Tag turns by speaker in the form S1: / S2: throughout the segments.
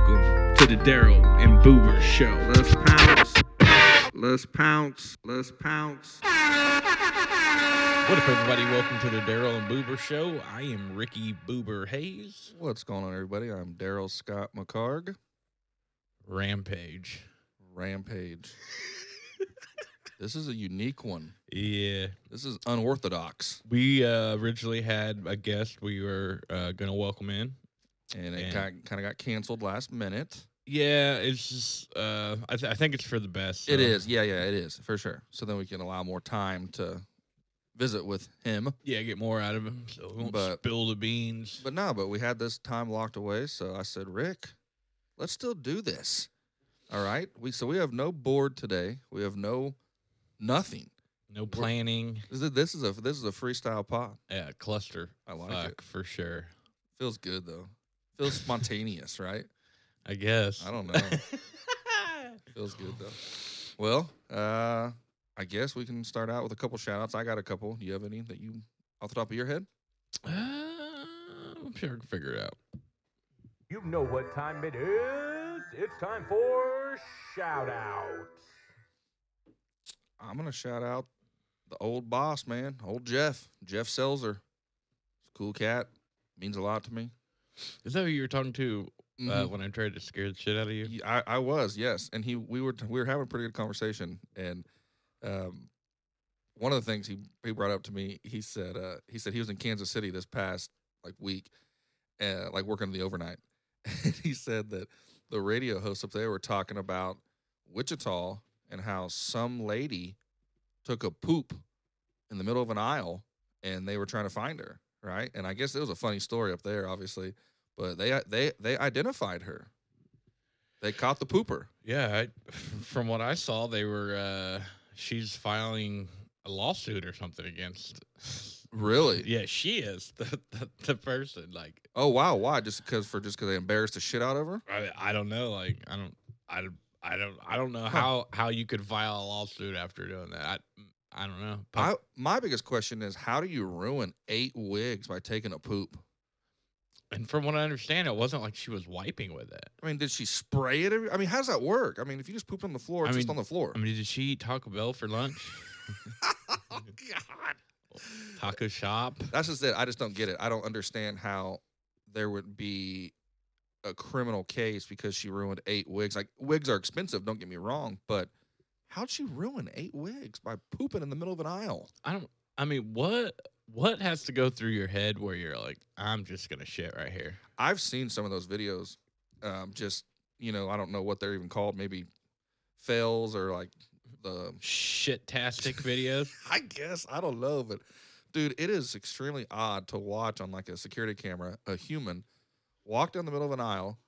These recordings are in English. S1: to the Daryl and Boober Show.
S2: Let's pounce. Let's pounce. Let's pounce.
S1: What up, everybody? Welcome to the Daryl and Boober Show. I am Ricky Boober Hayes.
S3: What's going on, everybody? I'm Daryl Scott McCarg.
S1: Rampage.
S3: Rampage. this is a unique one.
S1: Yeah.
S3: This is unorthodox,
S1: We uh, originally had a guest we were uh, going to welcome in.
S3: and it
S1: And-
S3: kind kind of got canceled last minute.
S1: Yeah, it's just, uh, I, th- I think it's for the best.
S3: It
S1: so-
S3: is, yeah, yeah, it is for sure. So then we can allow more time to visit with him.
S1: Yeah, get more out of him so we won't
S3: But-
S1: spill the beans.
S3: But no, but we had this time locked away, so I said, Rick, let's still do this. All right. We so we have no board today. We have no nothing.
S1: no planning.
S3: This is- This is a this is a freestyle pod.
S1: Yeah, cluster.
S3: I like
S1: fuck,
S3: it.
S1: for sure.
S3: Feels good though. Feels spontaneous, right?
S1: I guess.
S3: I don't know. Feels good though. Well, uh, I guess we can start out with a couple shout outs. I got a couple. Do you have any that you off the top of your head?
S1: Uh, I'm sure I can figure it out.
S4: You know what time it is. It's time for shout outs.
S3: I'm gonna shout out the old boss, man, old Jeff, Jeff Selzer. He's a cool cat. Means a lot to me.
S1: Is that who you were talking to uh,
S3: Mhm.
S1: when I tried to scare the shit out of you?
S3: Ye- I, I was, yes. And he we were we were having a pretty good conversation and um one of the things he, he brought up to me, he said uh he said he was in Kansas City this past like week, uh like working the overnight. And he said that the radio hosts up there were talking about Wichita and how some lady took a poop in the middle of an aisle and they were trying to find her, right? And I guess it was a funny story up there, obviously, but they they they identified her. They caught the pooper.
S1: Yeah. I, from what I saw, they were, uh, she's filing a lawsuit or something against.
S3: Really?
S1: Yeah, she is the, the, the person. Like,
S3: Oh wow, why? Just because for just because they embarrassed the shit out of her?
S1: I, I don't know. Like, I don't, I, don't- I don't, I don't know
S3: Huh.
S1: how, how you could file a lawsuit after doing that. I, I don't know.
S3: I, my biggest question is how do you ruin eight wigs by taking a poop?
S1: and from what I understand, it wasn't like she was wiping with it.
S3: I mean, did she spray it? Every, I mean, how does that work? I mean, if you just pooped on the floor,
S1: I
S3: it's just
S1: mean-
S3: on the floor.
S1: I mean, did she eat Taco Bell for lunch?
S3: oh God.
S1: Taco shop?
S3: That's just it. I just don't get it. I don't understand how there would be a criminal case because she ruined eight wigs. Like wigs are expensive, don't get me wrong, but how'd she ruin eight wigs by pooping in the middle of an aisle?
S1: I don't. I mean, what what has to go through your head where you're like, I'm just gonna shit right here.
S3: I've seen some of those videos. Um, just you know, I don't know what they're even called. Maybe fails or like the.
S1: Shit-tastic videos.
S3: I guess I don't know, but dude, it is extremely odd to watch on like a security camera a human walk down the middle of an aisle,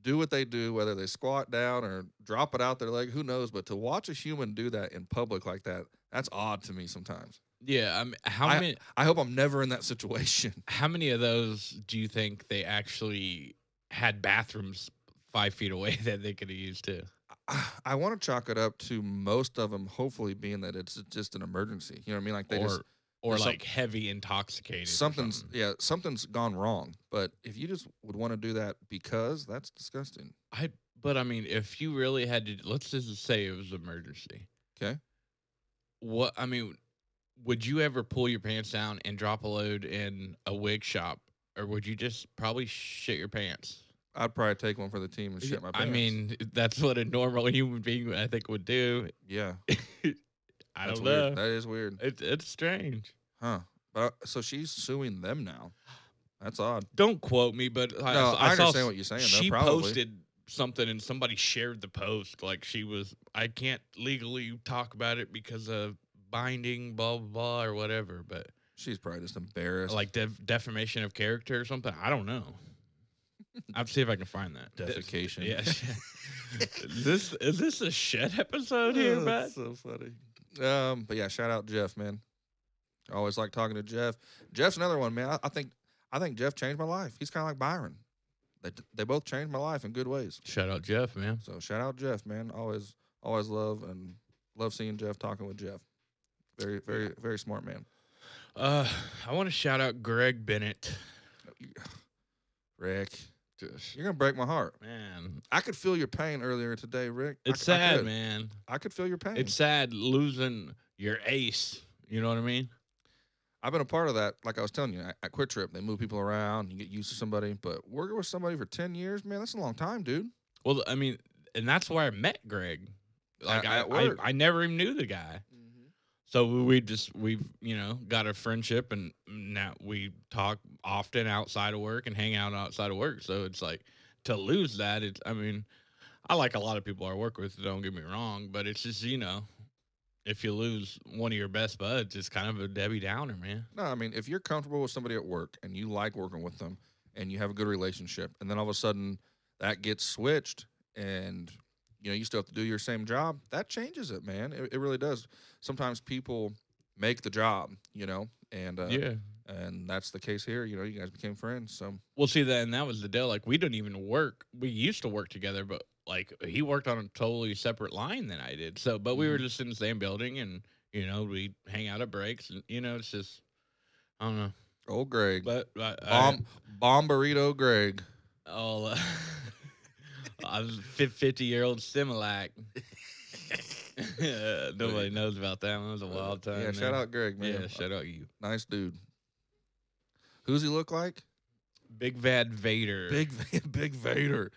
S3: do what they do, whether they squat down or drop it out their leg, who knows? But to watch a human do that in public like that, that's odd to me sometimes.
S1: Yeah. I mean, how many
S3: I hope I'm never in that situation.
S1: how many of those do you think they actually had bathrooms five feet away that they could have used to?
S3: I, I want to chalk it up to most of them, hopefully being that it's just an emergency. You know what I mean? Like they
S1: or
S3: just
S1: or
S3: there's some-
S1: like heavy intoxicated. or
S3: something's
S1: something?
S3: yeah something's gone wrong. But if you just would want to do that because that's disgusting.
S1: I but I mean, if you really had to, let's just say it was an emergency.
S3: 'Kay.
S1: What I mean, would you ever pull your pants down and drop a load in a wig shop, or would you just probably shit your pants?
S3: I'd probably take one for the team and shit my pants.
S1: I mean, that's what a normal human being I think would do.
S3: yeah,
S1: I
S3: that's
S1: don't know.
S3: weird. That is weird,
S1: It, it's strange.
S3: huh? But so she's suing them now. That's odd.
S1: Don't quote me, but I,
S3: no, I,
S1: saw
S3: understand what you're saying.
S1: she
S3: though, probably.
S1: posted something and somebody shared the post like she was i can't legally talk about it because of binding blah blah, blah or whatever but
S3: She's probably just embarrassed.
S1: like def- defamation of character or something i don't know i'll see if i can find that This-
S3: Defecation.
S1: yeah this is this a shit episode here
S3: Oh,
S1: bud
S3: that's so funny. Um, but yeah, shout out Jeff, man. I always like talking to Jeff. Jeff's another one, man. I, I think I think Jeff changed my life. He's kind of like Byron. They they both changed my life in good ways.
S1: shout out jeff man
S3: So shout out Jeff, man. Always always love and love seeing Jeff talking with Jeff. Very very very smart man.
S1: uh i want to shout out greg bennett
S3: Rick,
S1: Just
S3: You're gonna break my heart.
S1: man,
S3: I could feel your pain earlier today, Rick. I
S1: it's
S3: c- I
S1: sad,
S3: could.
S1: man.
S3: I could feel your pain.
S1: It's sad losing your ace. You know what I mean?
S3: I've been a part of that. Like I was telling you, at- at Quick Trip, they move people around. You get used to somebody, but working with somebody for ten years, man, that's a long time, dude.
S1: Well, I mean, and that's where I met Greg. Like
S3: At-
S1: I,
S3: at
S1: I,
S3: work.
S1: I never even knew the guy. So we- we just we've you know got a friendship, and now we talk often outside of work and hang out outside of work. So it's like to lose that. It's I mean, I like a lot of people I work with. Don't get me wrong, but it's just you know, if you lose one of your best buds, it's kind of a Debbie Downer, man.
S3: No, I mean, if you're comfortable with somebody at work and you like working with them and you have a good relationship, and then all of a sudden that gets switched and you know you still have to do your same job, that changes it, man. It, it really does. Sometimes people make the job, you know, and uh,
S1: yeah.
S3: and that's the case here. You know, you guys became friends, so
S1: Well, see that, and that was the deal. Like we didn't even work. We used to work together, but like he worked on a totally separate line than I did. So, but we
S3: Mm-hmm.
S1: were just in the same building, and you know we hang out at breaks, and you know it's just I don't know.
S3: old Greg,
S1: But but I-
S3: bomb, bomb burrito, Greg.
S1: all uh, I was fifty year old Similac. Nobody knows about that one. It was a wild time.
S3: uh, Yeah, shout
S1: there.
S3: out Greg, man.
S1: Yeah, shout out you,
S3: nice dude. Who's he look like?
S1: Big Vad Vader.
S3: Big, big Vader.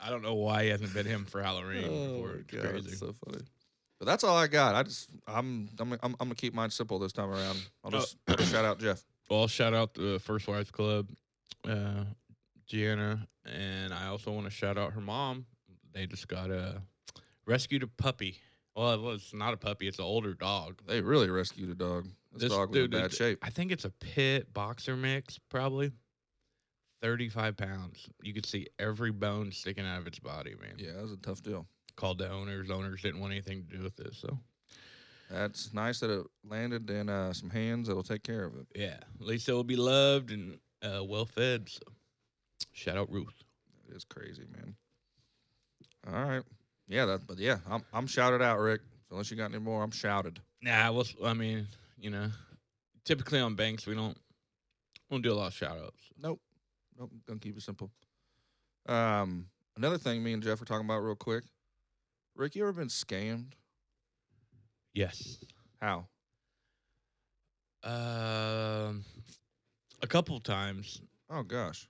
S1: I don't know why he hasn't been him for Halloween. before.
S3: Oh, my
S1: It's
S3: God,
S1: crazy.
S3: it's so funny. But that's all I got. I just I'm I'm I'm, I'm gonna keep mine simple this time around. I'll
S1: Oh.
S3: just shout out Jeff.
S1: Well, I'll shout out the First Wives Club, uh, Gianna, and I also want to shout out her mom. They just got a rescued a puppy. Well, it was not a puppy; it's an older dog.
S3: They really rescued a dog. This, dog was in bad
S1: it-
S3: shape.
S1: I think it's a pit boxer mix, probably. Thirty-five pounds. You could see every bone sticking out of its body, man.
S3: Yeah, that was a tough deal.
S1: Called the owners. Owners didn't want anything to do with this, so
S3: That's nice that it landed in uh, some hands that'll take care of it.
S1: yeah. At least it will be loved and uh, well fed. So, shout out Ruth.
S3: It is crazy, man. All right. Yeah, that but yeah, I'm I'm shouted out, Rick. So unless you got any more, I'm shouted.
S1: Nah, well, I mean, you know, typically on banks we don't we don't do a lot of shout outs.
S3: Nope. Nope. Gonna keep it simple. Um, another thing me and Jeff were talking about real quick. Rick, you ever been scammed?
S1: Yes.
S3: How?
S1: Um, a couple times.
S3: Oh gosh.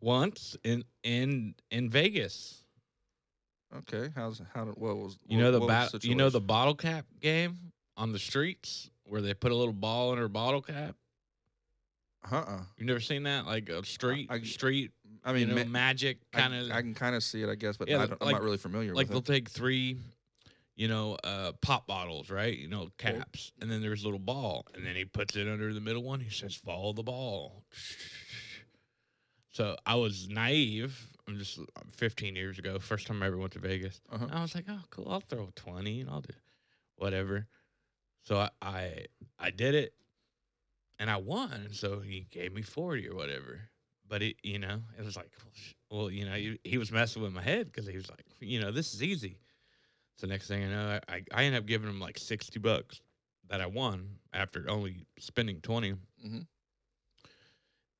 S1: Once in in in Vegas,
S3: Okay. How's how did what was
S1: you
S3: what-
S1: know the
S3: what was
S1: bat, you know the
S3: situation?
S1: bottle cap game on the streets where they put a little ball in her bottle cap.
S3: uh-uh.
S1: You've never seen that, like a street
S3: I-
S1: street,
S3: I
S1: you
S3: mean,
S1: know,
S3: ma-
S1: magic
S3: I-
S1: kind of
S3: I, can kind of see it, I guess, but
S1: Yeah,
S3: I
S1: the-
S3: don't,
S1: like-
S3: I'm not really familiar
S1: like they'll
S3: with it.
S1: take three you know uh pop bottles right you know caps and then there's a little ball and then he puts it under the middle one he says follow the ball so i was naive i'm just 15 years ago first time i ever went to vegas
S3: Uh-huh.
S1: i was like oh cool i'll throw a 20 and i'll do whatever so i i, I did it and i won so he gave me 40 or whatever but it you know it was like well, sh- well you know he, he was messing with my head because he was like you know this is easy so next thing i know i i, I end up giving him like 60 bucks that i won after only spending 20
S3: Mhm.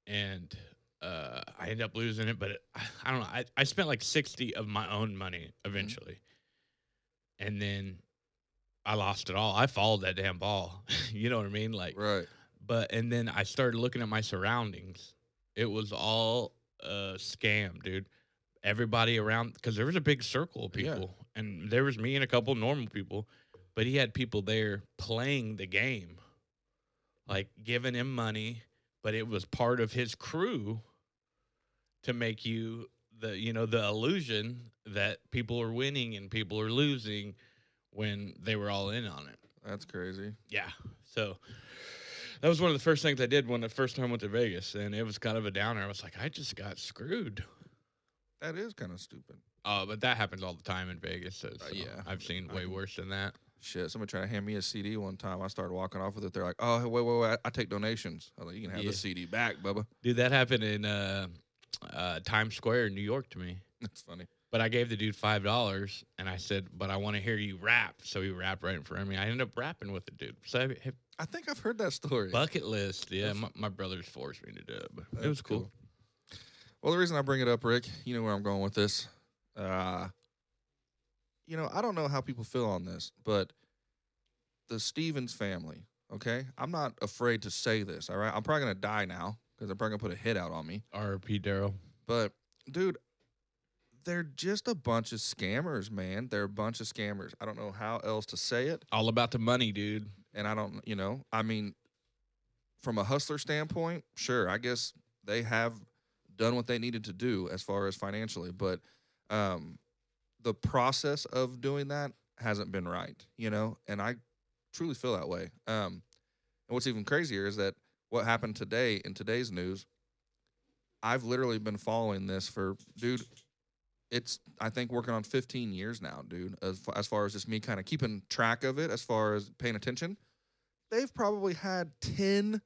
S1: and uh i end up losing it but it, I, I don't know I, I spent like 60 of my own money eventually and then i lost it all i followed that damn ball you know what i mean like
S3: Right.
S1: but and then I started looking at my surroundings. It was all a scam, dude. Everybody around because there was a big circle of
S3: Yeah.
S1: people, and there was me and a couple normal people, but he had people there playing the game, like giving him money, but it was part of his crew to make you the you know the illusion that people are winning and people are losing when they were all in on it.
S3: That's crazy.
S1: Yeah. So that was one of the first things I did when the first time I went to Vegas, and it was kind of a downer. I was like, I just got screwed.
S3: That is kind of stupid.
S1: Uh, but that happens all the time in Vegas. So, so
S3: Uh, yeah.
S1: I've seen
S3: I
S1: way
S3: can-
S1: worse than that.
S3: Shit, somebody tried to hand me a CD one time. I started walking off with it. They're like, "Oh, hey, wait, wait, wait! I, I take donations." I was like, "You can have
S1: Yeah.
S3: the CD back, Bubba."
S1: Dude, that happened in uh, uh, Times Square in New York to me.
S3: That's funny.
S1: But I gave the dude five dollars, and I said, "But I want to hear you rap." So he rapped right in front of me. I ended up rapping with the dude. So I hit
S3: I think I've heard that story.
S1: bucket list. Yeah,
S3: That's-
S1: my, my brothers forced me to do it. But it
S3: That's
S1: was cool.
S3: Well, the reason I bring it up, Rick, you know where I'm going with this. Uh, you know, I don't know how people feel on this, but the Stevens family, okay? I'm not afraid to say this, all right? I'm probably going to die now because they're probably going to put a hit out on me.
S1: R.P. Daryl.
S3: But, dude, they're just a bunch of scammers, man. They're a bunch of scammers. I don't know how else to say it.
S1: All about the money, dude.
S3: and I don't, you know, I mean, from a hustler standpoint, sure, I guess they have done what they needed to do as far as financially, but um, the process of doing that hasn't been right, you know, and I truly feel that way. Um, and what's even crazier is that what happened today in today's news, I've literally been following this for, dude. It's I think working on 15 years now, dude. As fa- as far as just me kind of keeping track of it, as far as paying attention, they've probably had 10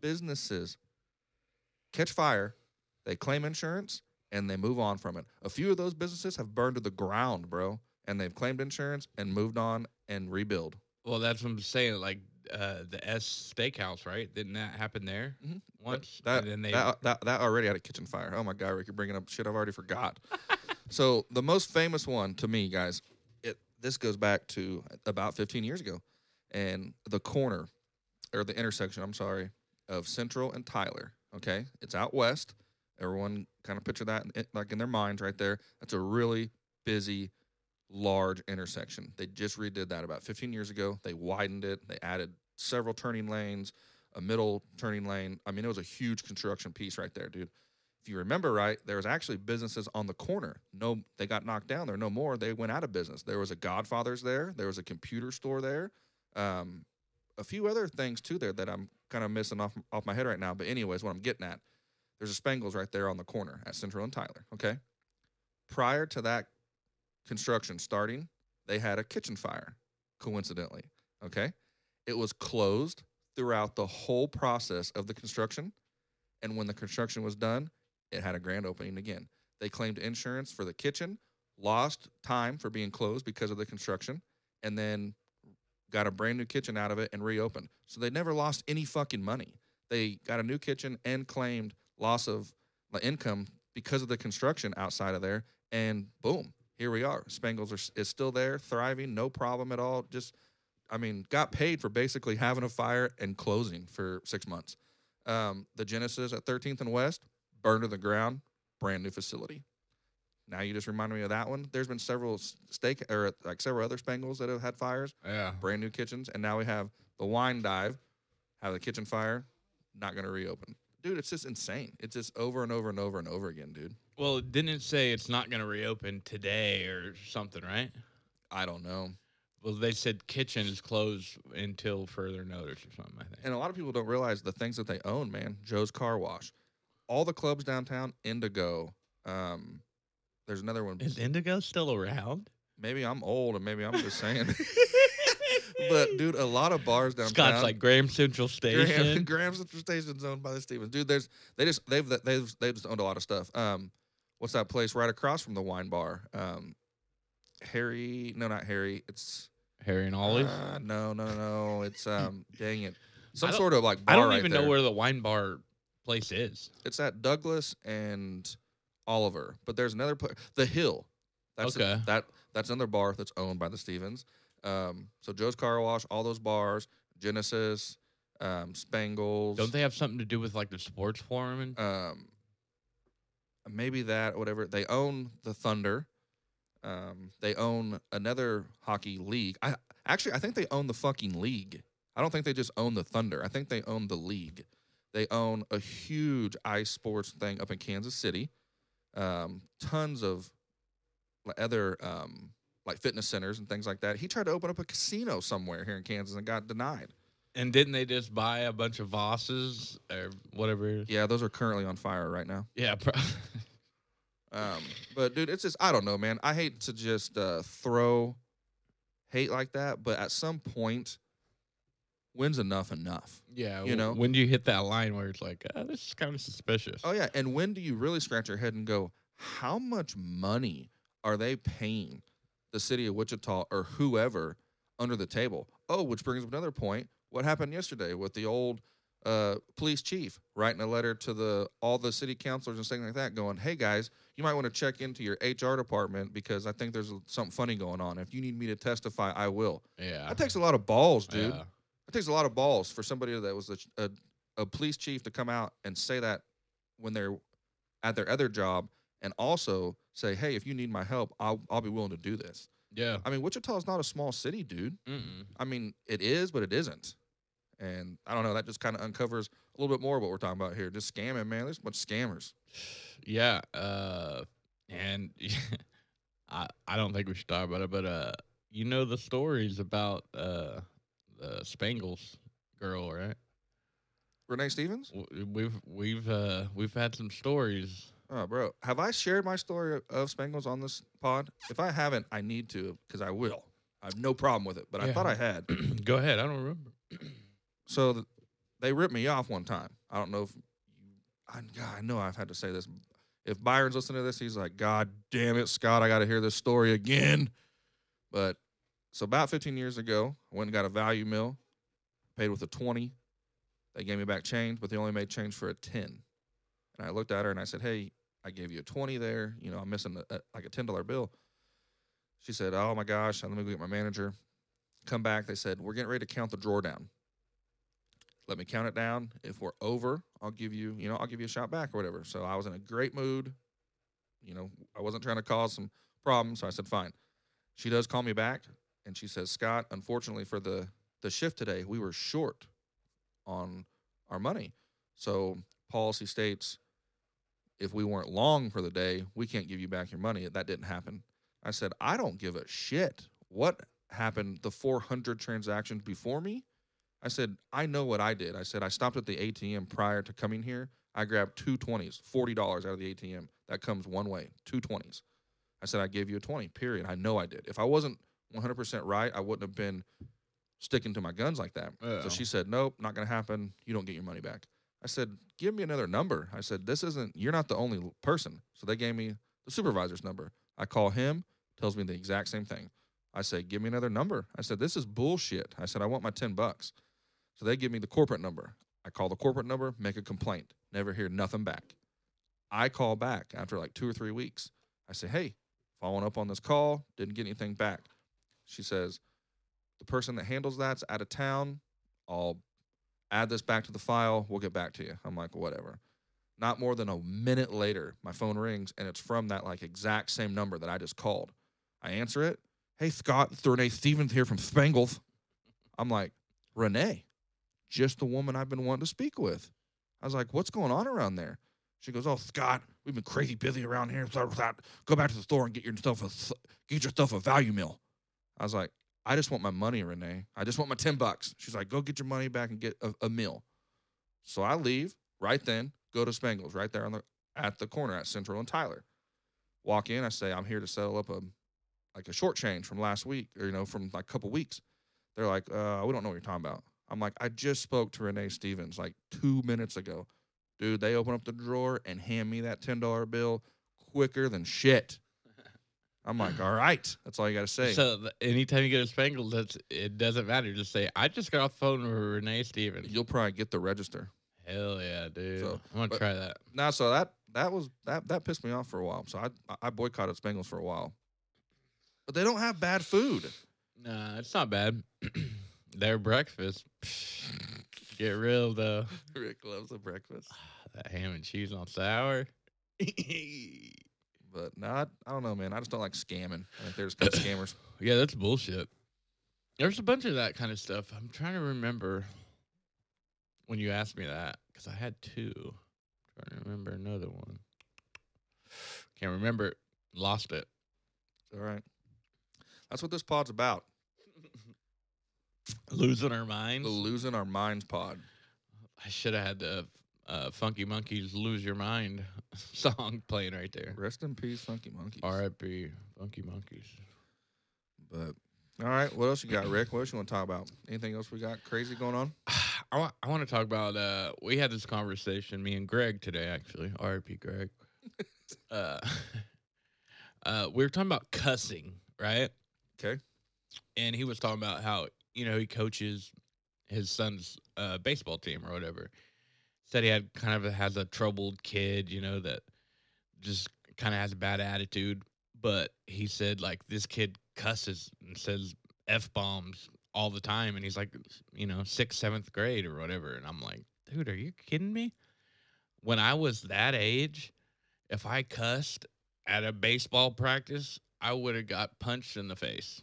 S3: businesses catch fire. They claim insurance and they move on from it. A few of those businesses have burned to the ground, bro, and they've claimed insurance and moved on and rebuild.
S1: Well, that's what I'm saying. Like uh, the S Steakhouse, right? Didn't that happen there
S3: Mhm.
S1: once?
S3: That,
S1: and then they
S3: that, uh, that that already had a kitchen fire. Oh my god, Rick, you're bringing up shit I've already forgot. so the most famous one to me, guys, it this goes back to about 15 years ago, and the corner or the intersection, I'm sorry, of Central and Tyler. Okay, it's out west. Everyone kind of picture that in- like in their minds right there. That's a really busy, large intersection. They just redid that about 15 years ago. They widened it. They added several turning lanes a middle turning lane. I mean, it was a huge construction piece right there, dude. If you remember right, there was actually businesses on the corner. No, they got knocked down. There no more. They went out of business. There was a Godfather's there. There was a computer store there. Um, a few other things too there that I'm kind of missing off off my head right now. But anyways, what I'm getting at, there's a Spangles right there on the corner at Central and Tyler. Okay. Prior to that construction starting, they had a kitchen fire. Coincidentally, okay, it was closed throughout the whole process of the construction. And when the construction was done, it had a grand opening again. They claimed insurance for the kitchen, lost time for being closed because of the construction, and then got a brand new kitchen out of it and reopened. So they never lost any fucking money. They got a new kitchen and claimed loss of the income because of the construction outside of there. And boom, here we are. Spangles are, is still there, thriving, no problem at all. Just I mean, got paid for basically having a fire and closing for six months. Um, the Genesis at 13th and West burned to the ground, brand new facility. Now you just reminded me of that one. There's been several s- steak or like several other Spangles that have had fires,
S1: yeah.
S3: brand new kitchens, and now we have the Wine Dive, have the kitchen fire, not going to reopen. Dude, it's just insane. It's just over and over and over and over again, dude.
S1: Well, it didn't say it's not going to reopen today or something, right?
S3: I don't know.
S1: Well, they said kitchen is closed until further notice or something. I think.
S3: and a lot of people don't realize the things that they own, man. Joe's Car Wash, all the clubs downtown, Indigo. Um, there's another one.
S1: is Indigo still around?
S3: Maybe I'm old, and maybe I'm just saying. but dude, a lot of bars downtown.
S1: Scott's like Graham Central Station.
S3: Graham, Graham's Station's owned by the Stevens. Dude, there's they just they've they've they've just owned a lot of stuff. Um, what's that place right across from the wine bar? Um, Harry? No, not Harry. It's
S1: Harry and Ollie.
S3: uh, no, no, no. It's um, dang it, some
S1: don't-
S3: sort of like bar
S1: I don't
S3: right
S1: even
S3: there.
S1: know where the wine bar place is.
S3: It's at Douglas and Oliver, but there's another place, The Hill. That's a-
S1: Okay.
S3: that that's another bar that's owned by the Stevens. Um, so Joe's Car Wash, all those bars, Genesis, um, Spangles.
S1: Don't they have something to do with like the sports forum? And-
S3: Um, maybe that whatever they own the Thunder. Um, they own another hockey league. I actually I think they own the fucking league. I don't think they just own the Thunder. I think they own the league. They own a huge ice sports thing up in Kansas City. Um, tons of li- other um, like fitness centers and things like that. He tried to open up a casino somewhere here in Kansas and got denied.
S1: and didn't they just buy a bunch of Vosses or whatever? it is?
S3: Yeah, those are currently on fire right now.
S1: Yeah, pro-
S3: Um, but dude, it's just I don't know, man. I hate to just uh, throw hate like that, but at some point, when's enough enough?
S1: yeah. w-
S3: You know?
S1: when do you hit that line where it's like, oh, this is kind of suspicious?
S3: Oh yeah, and when do you really scratch your head and go, how much money are they paying the city of Wichita or whoever under the table? Oh, which brings up another point. What happened yesterday with the old uh, police chief writing a letter to the all the city councilors and things like that, going, "Hey guys, you might want to check into your HR department because I think there's something funny going on. If you need me to testify, I will."
S1: Yeah.
S3: That takes a lot of balls, dude.
S1: Yeah.
S3: It takes a lot of balls for somebody that was a, ch- a, a police chief to come out and say that when they're at their other job, and also say, "Hey, if you need my help, I'll I'll be willing to do this."
S1: Yeah.
S3: I mean, Wichita is not a small city, dude.
S1: Mm-mm.
S3: I mean, it is, but it isn't. And I don't know. That just kind of uncovers a little bit more of what we're talking about here. Just scamming, man. There's a bunch of scammers.
S1: Yeah. Uh, and I I don't think we should talk about it, but uh, you know the stories about uh the Spangles girl, right?
S3: Renee Stevens.
S1: W- We've we've uh we've had some stories.
S3: Oh, bro, have I shared my story of Spangles on this pod? If I haven't, I need to because I will. I have no problem with it, but I
S1: Yeah.
S3: thought I had.
S1: Go ahead. I don't remember.
S3: so th- they ripped me off one time. I don't know if I, God, I know I've had to say this. If Byron's listening to this, he's like, God damn it, Scott, I got to hear this story again. But so about 15 years ago, I went and got a value meal, paid with a 20. They gave me back change, but they only made change for a 10. And I looked at her and I said, Hey, I gave you a 20 there. You know, I'm missing a, a- like a $10 bill. She said, Oh my gosh, let me go get my manager. Come back. They said, We're getting ready to count the drawer down let me count it down. If we're over, I'll give you, you know, I'll give you a shot back or whatever. So I was in a great mood. You know, I wasn't trying to cause some problems, so I said fine. She does call me back and she says, "Scott, unfortunately for the the shift today, we were short on our money. So policy states if we weren't long for the day, we can't give you back your money. That didn't happen." I said, "I don't give a shit what happened the 400 transactions before me." I said, I know what I did. I said, I stopped at the ATM prior to coming here. I grabbed two 20s, $40 out of the ATM. That comes one way, two 20s. I said, I gave you a 20, period. I know I did. If I wasn't 100% right, I wouldn't have been sticking to my guns like that.
S1: Yeah.
S3: So she said, Nope, not going to happen. You don't get your money back. I said, Give me another number. I said, This isn't, you're not the only l- person. So they gave me the supervisor's number. I call him, tells me the exact same thing. I say, Give me another number. I said, This is bullshit. I said, I want my 10 bucks. So they give me the corporate number. I call the corporate number, make a complaint, never hear nothing back. I call back after like two or three weeks. I say, hey, following up on this call, didn't get anything back. She says, the person that handles that's out of town. I'll add this back to the file. We'll get back to you. I'm like, whatever. Not more than a minute later, my phone rings and it's from that like exact same number that I just called. I answer it. Hey, Scott, it's Renee Stevens here from Spangles. I'm like, Renee just the woman I've been wanting to speak with. I was like, what's going on around there? She goes, oh, Scott, we've been crazy busy around here. Blah, blah, blah. Go back to the store and get yourself a, get yourself a value meal. I was like, I just want my money, Renee. I just want my 10 bucks. She's like, go get your money back and get a, a meal. So I leave right then, go to Spangles right there on the, at the corner at Central and Tyler. Walk in, I say, I'm here to settle up a, like a short change from last week or, you know, from like a couple weeks. They're like, uh, we don't know what you're talking about. I'm like, I just spoke to Renee Stevens like two minutes ago. Dude, they open up the drawer and hand me that $10 bill quicker than shit. I'm like, all right. That's all you got to say.
S1: So th- anytime you get a Spangles, that's it doesn't matter. Just say I just got off the phone with Renee Stevens.
S3: You'll probably get the register.
S1: Hell yeah, dude!
S3: So,
S1: I'm gonna
S3: but-
S1: try that.
S3: Nah, so that that was that that pissed me off for a while. So I I boycotted Spangles for a while. But they don't have bad food.
S1: Nah, it's not bad. Their breakfast. Get real though.
S3: Rick loves a breakfast.
S1: That ham and cheese on sour.
S3: But not I don't know, man. I just don't like scamming. I think they're just kind of scammers.
S1: Yeah, that's bullshit. There's a bunch of that kind of stuff. I'm trying to remember when you asked me that because I had 2 trying to remember another one. Can't remember. it. Lost it.
S3: All right. That's what this pod's about.
S1: Losing our
S3: The
S1: minds.
S3: losing our minds pod.
S1: I should have had the uh, Funky Monkeys "Lose Your Mind" song playing right there.
S3: Rest in peace, Funky Monkeys.
S1: R.I.P. Funky Monkeys.
S3: But all right, what else you got, Rick? What else you want to talk about? Anything else we got crazy going on?
S1: I, wa- I want to talk about. Uh, we had this conversation, me and Greg today, actually. R.I.P. Greg. uh, Uh, we were talking about cussing, right?
S3: 'Kay.
S1: And he was talking about how you know he coaches his son's uh, baseball team or whatever. Said he had kind of a, has a troubled kid, you know, that just kind of has a bad attitude. But he said like this kid cusses and says f bombs all the time, and he's like, you know, sixth, seventh grade or whatever. And I'm like, dude, are you kidding me? When I was that age, if I cussed at a baseball practice, I would have got punched in the face.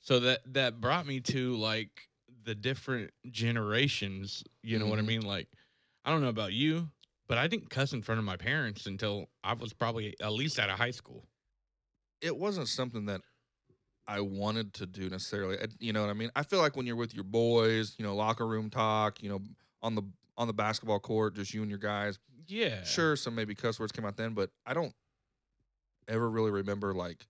S1: So that that brought me to like the different generations. You know what I
S3: Mhm.
S1: mean? Like, I don't know about you, but I didn't cuss in front of my parents until I was probably at least out of high school.
S3: it wasn't something that I wanted to do necessarily. Uh, You know what I mean? I feel like when you're with your boys, you know, locker room talk, you know, on the on the basketball court, just you and your guys.
S1: Yeah,
S3: Sure, some maybe cuss words came out then, but I don't ever really remember like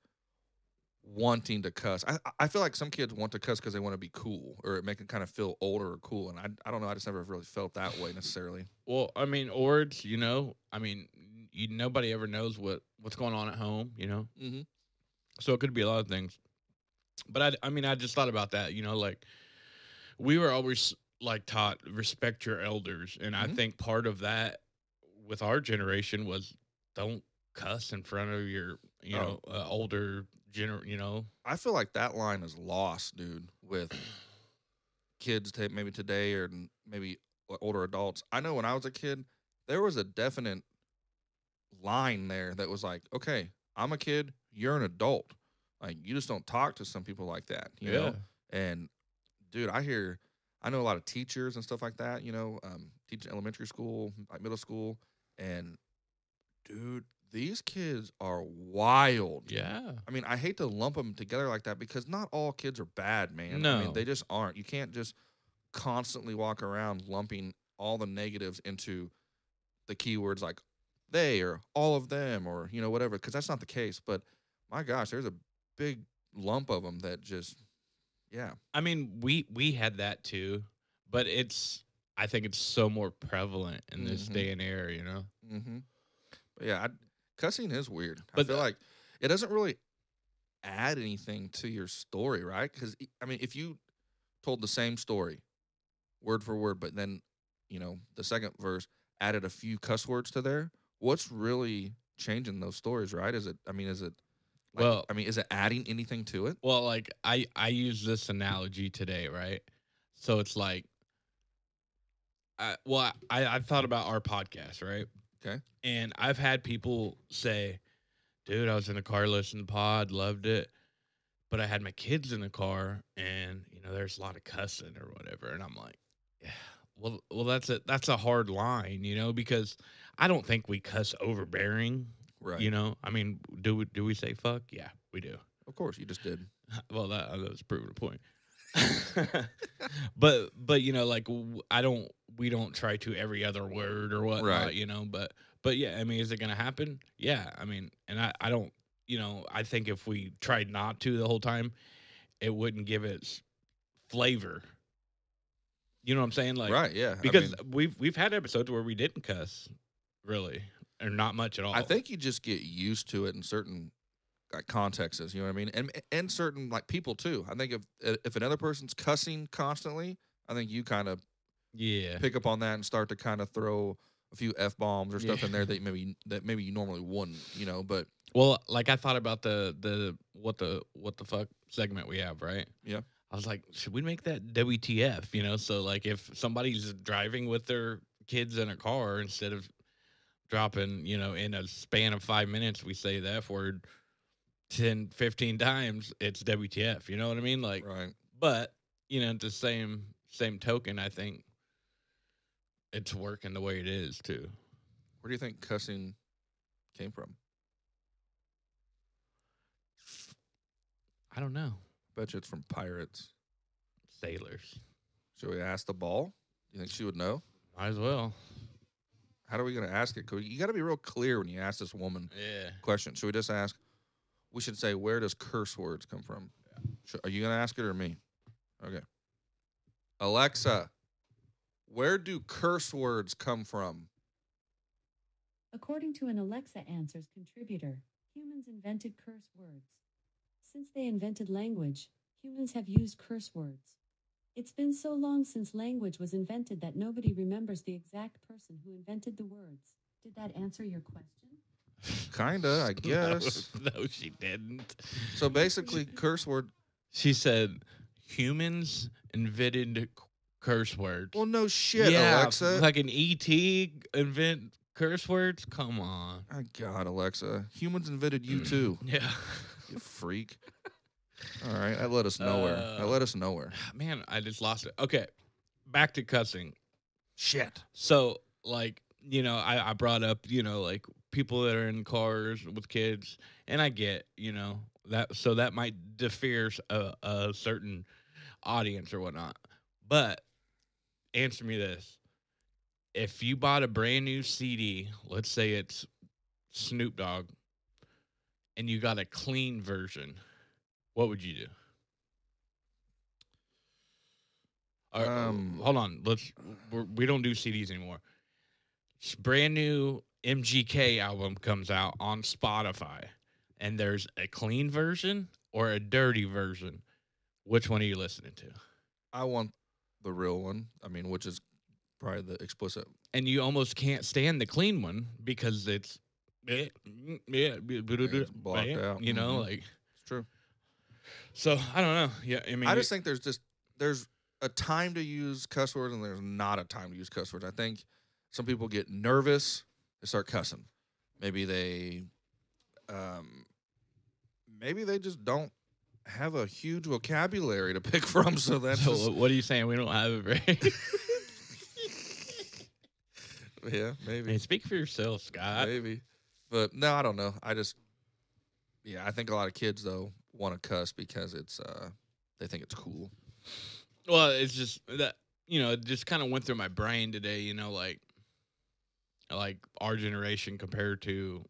S3: wanting to cuss. I I- I feel like some kids want to cuss because they want to be cool or it make them kind of feel older or cool, and I I don't know. I just never really felt that way necessarily.
S1: Well, I mean, or it's you know, I mean, you, nobody ever knows what what's going on at home. You know,
S3: Mm-hmm.
S1: so it could be a lot of things but i i mean i just thought about that you know like we were always like taught respect your elders and i
S3: Mhm.
S1: think part of that with our generation was don't cuss in front of your you
S3: Oh.
S1: know uh, older gener you know
S3: I feel like that line is lost, dude, with kids ta- maybe today or n- maybe o- older adults. I know when I was a kid, there was a definite line there that was like, okay, I'm a kid, you're an adult. Like, you just don't talk to some people like that, you know? And dude, I hear, I know a lot of teachers and stuff like that. You know, um, teach elementary school, like middle school, and dude, these kids are wild.
S1: yeah
S3: I mean, I hate to lump them together like that because not all kids are bad, man. I
S1: No.
S3: mean, they just aren't. You can't just constantly walk around lumping all the negatives into the keywords like they or all of them or you know whatever because that's not the case. But my gosh, there's a big lump of them that just yeah.
S1: i mean we we had that too but it's i think it's so more prevalent in this
S3: Mhm.
S1: day and era you know
S3: Mm-hmm. But yeah, I, cussing is weird.
S1: But
S3: I feel
S1: the-
S3: like it doesn't really add anything to your story, right? Because I mean, if you told the same story, word for word, but then you know the second verse added a few cuss words to there, what's really changing those stories, right? Is it? I mean, is it? Like,
S1: Well-
S3: I mean, is it adding anything to it?
S1: Well, like I I use this analogy today, right? So it's like, I well I I've thought about our podcast, right?
S3: Okay.
S1: And I've had people say, "Dude, I was in the car listening to pod, loved it, but I had my kids in the car, and you know, there's a lot of cussing or whatever." And I'm like, "Yeah, well, well, that's a that's a hard line, you know, because I don't think we cuss overbearing,
S3: Right.
S1: you know. I mean, do we do we say fuck? Yeah, we do."
S3: Of course, you just did.
S1: well that, that was proving a point but but you know like w- i don't we don't try to every other word or whatnot
S3: Right.
S1: you know but but yeah i mean is it gonna happen yeah i mean and i i don't you know i think if we tried not to the whole time it wouldn't give its flavor you know what i'm saying like
S3: right. Yeah. I
S1: because
S3: mean-
S1: we've we've had episodes where we didn't cuss really or not much at all
S3: I think you just get used to it in certain like contexts. You know what I mean? And and certain like people too. I think if uh, if another person's cussing constantly, I think you kind of
S1: yeah
S3: pick up on that and start to kind of throw a few f bombs or stuff in there that maybe that maybe you normally wouldn't. You know, but
S1: Well, like I thought about the the what the what the fuck segment we have, right?
S3: Yeah.
S1: I was like, should we make that WTF? You know, so like if somebody's driving with their kids in a car instead of dropping, you know, in a span of five minutes, we say the F word 10, 15 times, it's WTF. You know what I mean? Like,
S3: right.
S1: but, you know, at the same same token, I think it's working the way it is too.
S3: Where do you think cussing came from?
S1: I don't know.
S3: Bet you it's from pirates.
S1: Sailors.
S3: Should we ask the ball? You think she would know?
S1: Might as well.
S3: How are we gonna ask it? 'Cause You got to be real clear when you ask this woman
S1: Yeah.
S3: question. Should we just ask? We should say, where does curse words come from? Sh- Are you going to ask it or me? Okay. Alexa, where do curse words come from?
S5: According to an Alexa Answers contributor, humans humans invented curse words. Since they invented language, humans have used curse words. It's been so long since language was invented that nobody remembers the exact person who invented the words. Did that answer your question?
S3: Kinda, I guess.
S1: no, she didn't.
S3: So basically, curse word.
S1: She said humans invented c- curse words.
S3: Well, no shit, Alexa.
S1: Like an ET invent curse words? Come on.
S3: My God, Alexa. Humans invented
S1: Mm.
S3: you too.
S1: Yeah.
S3: You freak. All right, that led us nowhere. that
S1: Uh,
S3: led us nowhere.
S1: Man, I just lost it. Okay. Back to cussing.
S3: Shit.
S1: So, like, you know, I, I brought up, you know, like people that are in cars with kids, and I get, you know, that so that might defer a, a certain audience or whatnot. But answer me this if you bought a brand new CD, let's say it's Snoop Dogg, and you got a clean version, what would you do? Or-
S3: Um,
S1: hold on, let's we're, we don't do CDs anymore. S- Brand new MGK album comes out on Spotify, and there's a clean version or a dirty version. Which one are you listening to?
S3: I want the real one. I mean, which is probably the explicit.
S1: and you almost can't stand the clean one because it's yeah, mm, yeah,
S3: it's blocked out.
S1: You know,
S3: Mhm.
S1: like
S3: It's true.
S1: so. I don't know. Yeah, I mean,
S3: I just think there's just there's a time to use cuss words and there's not a time to use cuss words. I think some people get nervous, they start cussing. Maybe they, um, maybe they just don't have a huge vocabulary to pick from. So that's
S1: so
S3: just-
S1: what are you saying? We don't have it, right?
S3: yeah,
S1: hey,
S3: maybe,
S1: speak for yourself, Scott.
S3: maybe. But no, I don't know. I just yeah, I think a lot of kids though want to cuss because it's uh they think it's cool.
S1: Well, it's just that you know, it just kind of went through my brain today. You know, like like our generation compared to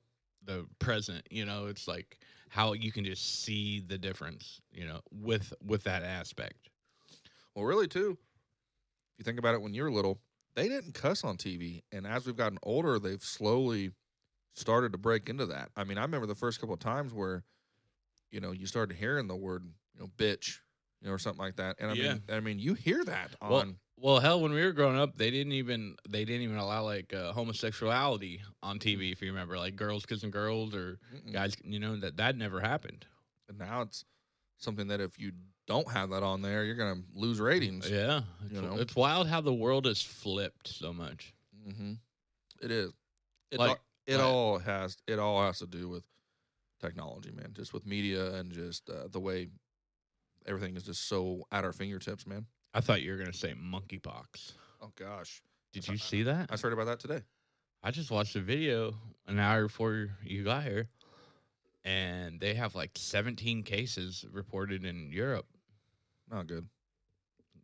S1: the present. You know, it's like how you can just see the difference. You know, with with that aspect.
S3: Well, really, too. If you think about it, when you were little, they didn't cuss on TV, and as we've gotten older, they've slowly started to break into that. I mean, I remember the first couple of times where, you know, you started hearing the word, you know, bitch, you know, or something like that. And I
S1: Yeah.
S3: mean, I mean, you hear that on.
S1: Well, Well, hell, when we were growing up, they didn't even they didn't even allow like uh, homosexuality on TV. If you remember, like girls kissing girls or
S3: Mm-mm.
S1: guys, you know that that never happened.
S3: And now it's something that if you don't have that on there, you're gonna lose ratings.
S1: Yeah,
S3: You
S1: it's,
S3: know?
S1: it's wild how the world has flipped so much.
S3: Mm-hmm. It is. It,
S1: Like-
S3: all, it
S1: like-
S3: all has it all has to do with technology, man. Just with media and just uh, the way everything is just so at our fingertips, man.
S1: I thought you were gonna say monkeypox.
S3: Oh gosh,
S1: Did you see that?
S3: I just heard about that today.
S1: I just watched a video an hour before you got here, and they have like 17 cases reported in Europe.
S3: Not good.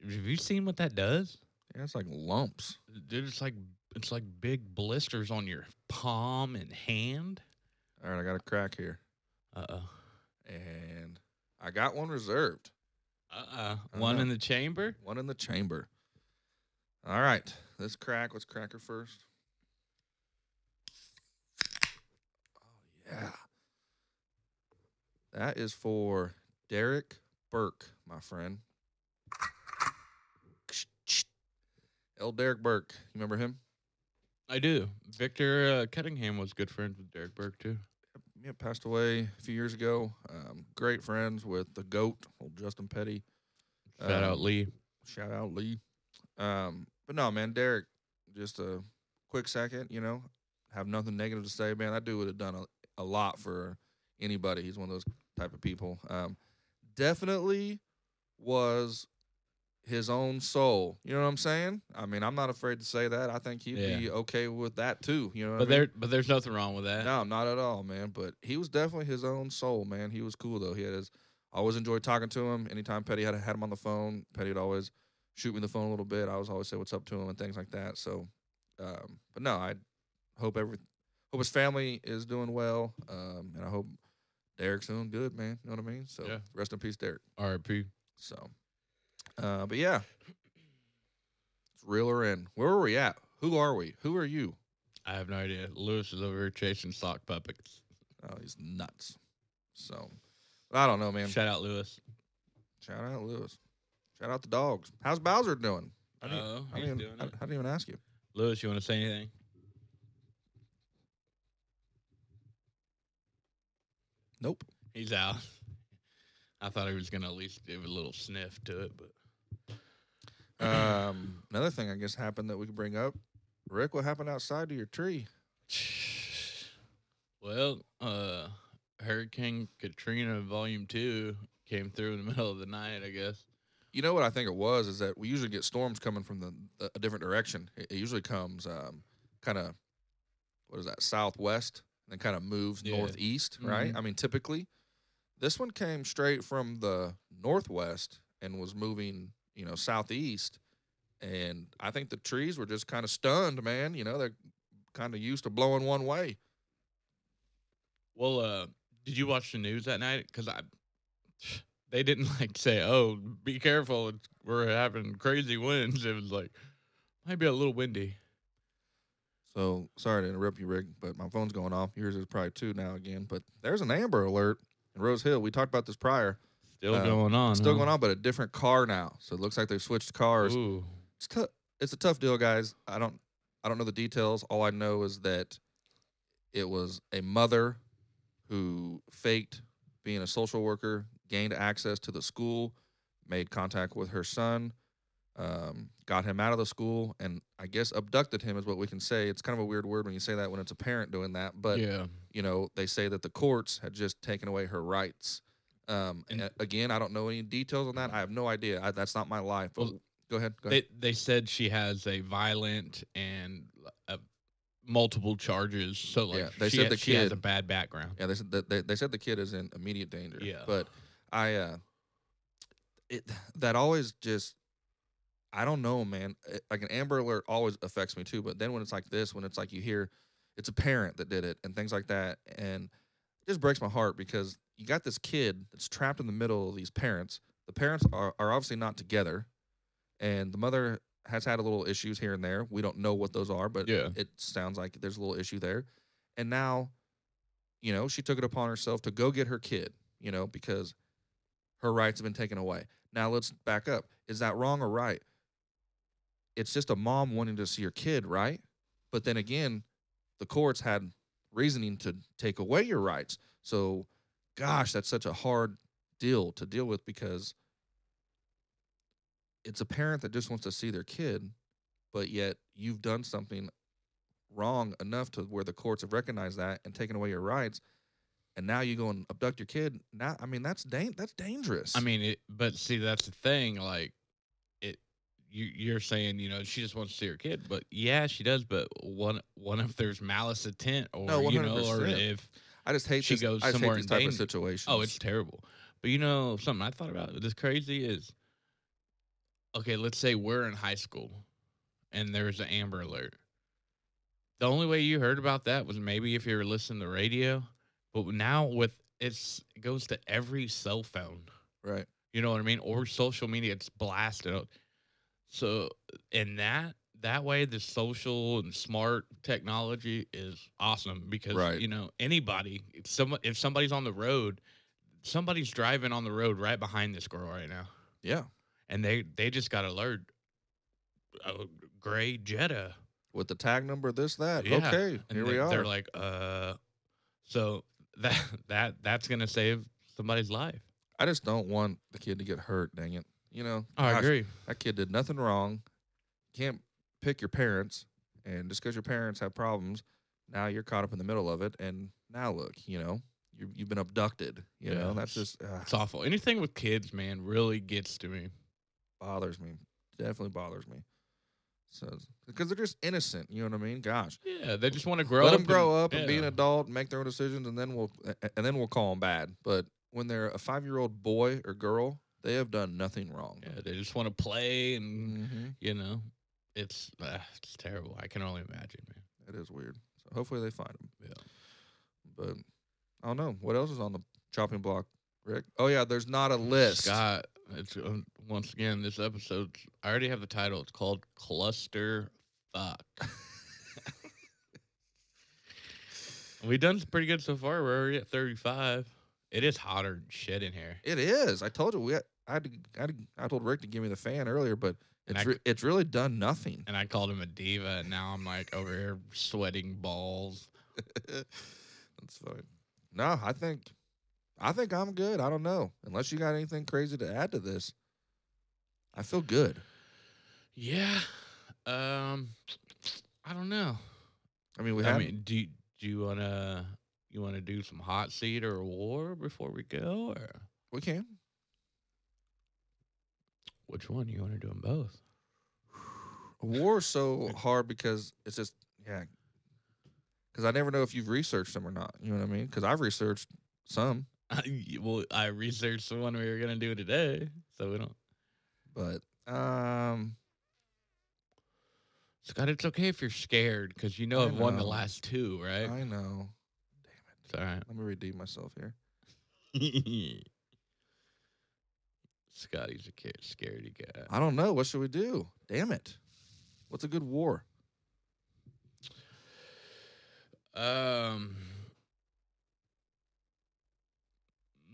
S1: Have you seen what that does?
S3: Yeah, it's like lumps.
S1: Dude, it's like it's like big blisters on your palm and hand.
S3: All right, I got a crack here,
S1: Uh oh.
S3: and I got one reserved,
S1: Uh
S3: I
S1: uh. One
S3: know.
S1: in the chamber.
S3: one in the chamber. All right, let's crack. Let's crack her first. Oh yeah. That is for Derek Burke, my friend. L. Derek Burke. You remember him?
S1: I do. Victor uh, Cunningham was good friends with Derek Burke too.
S3: Yeah, passed away a few years ago. Um, great friends with the GOAT, old Justin Petty.
S1: Shout out
S3: Um,
S1: Lee.
S3: Shout out Lee. Um, but no, man, Derek, just a quick second, you know, have nothing negative to say, man. That dude would have done a, a lot for anybody. He's one of those type of people. Um, definitely was his own soul. You know what I'm saying? I mean, I'm not afraid to say that. I think he'd be
S1: Yeah.
S3: okay with that too. You know what
S1: But
S3: I mean?
S1: there, but there's nothing wrong with that.
S3: No, not at all, man. But he was definitely his own soul, man. He was cool though. He had his. I always enjoyed talking to him. Anytime Petty had had him on the phone, Petty would always shoot me the phone a little bit. I was always say what's up to him and things like that. So, um, but no, I hope every hope his family is doing well, um, and I hope Derek's doing good, man. You know what I mean? So
S1: Yeah.
S3: rest in peace, Derek.
S1: R.I.P.
S3: So, uh, but yeah, it's real or in. Where were we at? Who are we? Who are you?
S1: I have no idea. Lewis is over here chasing sock puppets.
S3: Oh, he's nuts. So, I don't know, man. Shout,
S1: Shout out Lewis.
S3: out Lewis. Shout out the dogs. How's Bowser doing? I didn't-
S1: Oh,
S3: I
S1: he's
S3: didn't,
S1: doing
S3: I,
S1: it.
S3: I didn't even ask you.
S1: Lewis, you want to say anything?
S3: Nope.
S1: He's out. I thought he was gonna at least give a little sniff to it, but
S3: Um, another thing I guess happened that we could bring up. Rick, what happened outside to your tree?
S1: well, uh, Hurricane Katrina Volume Two came through in the middle of the night. I guess.
S3: You know what I think it was is that we usually get storms coming from the, the a different direction. It, it usually comes um, kind of what is that southwest, and then kind of moves
S1: Yeah.
S3: northeast, right? I mean, typically, this one came straight from the northwest and was moving, you know, southeast, and I think the trees were just kind of stunned, man. You know, they're kind of used to blowing one way.
S1: Well, uh, did you watch the news that night? Because I, they didn't like say, "Oh, be careful, it's, we're having crazy winds." It was like, might be a little windy.
S3: So sorry to interrupt you, Rick, but my phone's going off. Yours is probably two now again. But there's an Amber Alert in Rose Hill. We talked about this prior.
S1: Still
S3: Uh,
S1: going on.
S3: Still going on, but a different car now. So it looks like they've switched cars.
S1: Mm-hmm. Ooh.
S3: It's tou- It's a tough deal, guys. I don't. I don't know the details. All I know is that it was a mother who faked being a social worker, gained access to the school, made contact with her son, um, got him out of the school, and I guess abducted him is what we can say. It's kind of a weird word when you say that when it's a parent doing that, but
S1: yeah.
S3: you know they say that the courts had just taken away her rights. Um,
S1: And-
S3: a- again, I don't know any details on that. I have no idea. I, that's not my life. But
S1: Well,
S3: go ahead. Go ahead.
S1: They they said she has a violent and uh, multiple charges. So like,
S3: Yeah, they
S1: she
S3: said
S1: ha-
S3: the
S1: she has a
S3: kid-
S1: bad background.
S3: Yeah, they said that they, they said the kid is in immediate danger.
S1: Yeah.
S3: but I uh, it that always just I don't know, man. It- like an Amber Alert always affects me too. But then when it's like this, when it's like you hear it's a parent that did it and things like that, and it just breaks my heart because you got this kid that's trapped in the middle of these parents. The parents are, are obviously not together, and the mother has had a little issues here and there. We don't know what those are, but
S1: Yeah.
S3: it sounds like there's a little issue there. And now, you know, she took it upon herself to go get her kid, you know, because her rights have been taken away. Now let's back up. Is that wrong or right? It's just a mom wanting to see her kid, right? But then again, the courts had reasoning to take away your rights. So, gosh, that's such a hard deal to deal with because it's a parent that just wants to see their kid, but yet you've done something wrong enough to where the courts have recognized that and taken away your rights. And now you go and abduct your kid. Now, I mean, that's dang, that's dangerous.
S1: I mean, it, but see, that's the thing. Like, it you you're saying, you know, she just wants to see her kid, but yeah, she does. But one one if there's malice intent, or
S3: No,
S1: you know, or
S3: 100%.
S1: if
S3: I just hate
S1: she
S3: this,
S1: goes
S3: I just hate
S1: somewhere
S3: these
S1: in
S3: type of
S1: danger.
S3: situations.
S1: oh, it's terrible. But you know, something I thought about that's crazy is, okay, let's say we're in high school, and there's an Amber Alert. The only way you heard about that was maybe if you were listening to radio, but now with it's it goes to every cell phone.
S3: right.
S1: You know what I mean? Or social media, it's blasted out. So, and that that way, the social and smart technology is awesome because
S3: Right.
S1: you know anybody, if some if somebody's on the road, somebody's driving on the road right behind this girl right now,
S3: Yeah.
S1: and they they just got alert. A gray Jetta.
S3: With the tag number, this, that.
S1: Yeah.
S3: Okay.
S1: And
S3: Here
S1: they,
S3: we are.
S1: They're like, uh, so that that that's gonna save somebody's life.
S3: I just don't want the kid to get hurt. Dang it! You know,
S1: Oh, I
S3: gosh,
S1: agree.
S3: That kid did nothing wrong. Can't pick your parents, and just because your parents have problems, now you're caught up in the middle of it. And now look, you know, you you've been abducted. You
S1: Yeah.
S3: know, that's just uh,
S1: It's awful. Anything with kids, man, really gets to me.
S3: bothers me. Definitely bothers me. So because they're just innocent. You know what I mean? Gosh,
S1: Yeah, they just want to grow
S3: let
S1: up.
S3: them grow up and be an
S1: yeah.
S3: adult and make their own decisions, and then we'll a- a- and then we'll call them bad. But when they're a five year old boy or girl, they have done nothing wrong.
S1: Yeah, they just want to play, and
S3: Mm-hmm.
S1: you know, it's uh, it's terrible. I can only imagine, man.
S3: It is weird. So hopefully they find him.
S1: Yeah.
S3: But I don't know what else is on the chopping block, Rick. Oh yeah, there's not a list.
S1: Scott, it's um, once again this episode. I already have the title. It's called Cluster Fuck. We've done pretty good so far. We're already at 35. It is hotter than shit in here.
S3: It is. I told you we. Had, I had to, I, had to, I told Rick to give me the fan earlier, but
S1: And
S3: it's
S1: I-
S3: re- it's really done nothing.
S1: And I called him a diva, and now I'm like over here sweating balls.
S3: That's funny. No, I think I think I'm good. I don't know. Unless you got anything crazy to add to this. I feel good.
S1: Yeah. Um, I don't know.
S3: I mean, we
S1: I
S3: have
S1: mean, do you- do you wanna you wanna do some hot seat or a war before we go, or
S3: we can.
S1: which one you wanna do them both?
S3: War is so hard because it's just yeah. Cuz I never know if you've researched them or not. You know what I mean? Cuz I've researched some,
S1: well, I researched the one we were gonna do today, so we don't.
S3: but um
S1: Scott, it's okay if you're scared because you know
S3: I
S1: I've won the
S3: know.
S1: last two, right?
S3: I know.
S1: It's all right.
S3: Let me redeem myself here.
S1: Scotty's a ca- scaredy cat.
S3: I don't know. What should we do? Damn it. What's a good war?
S1: Um,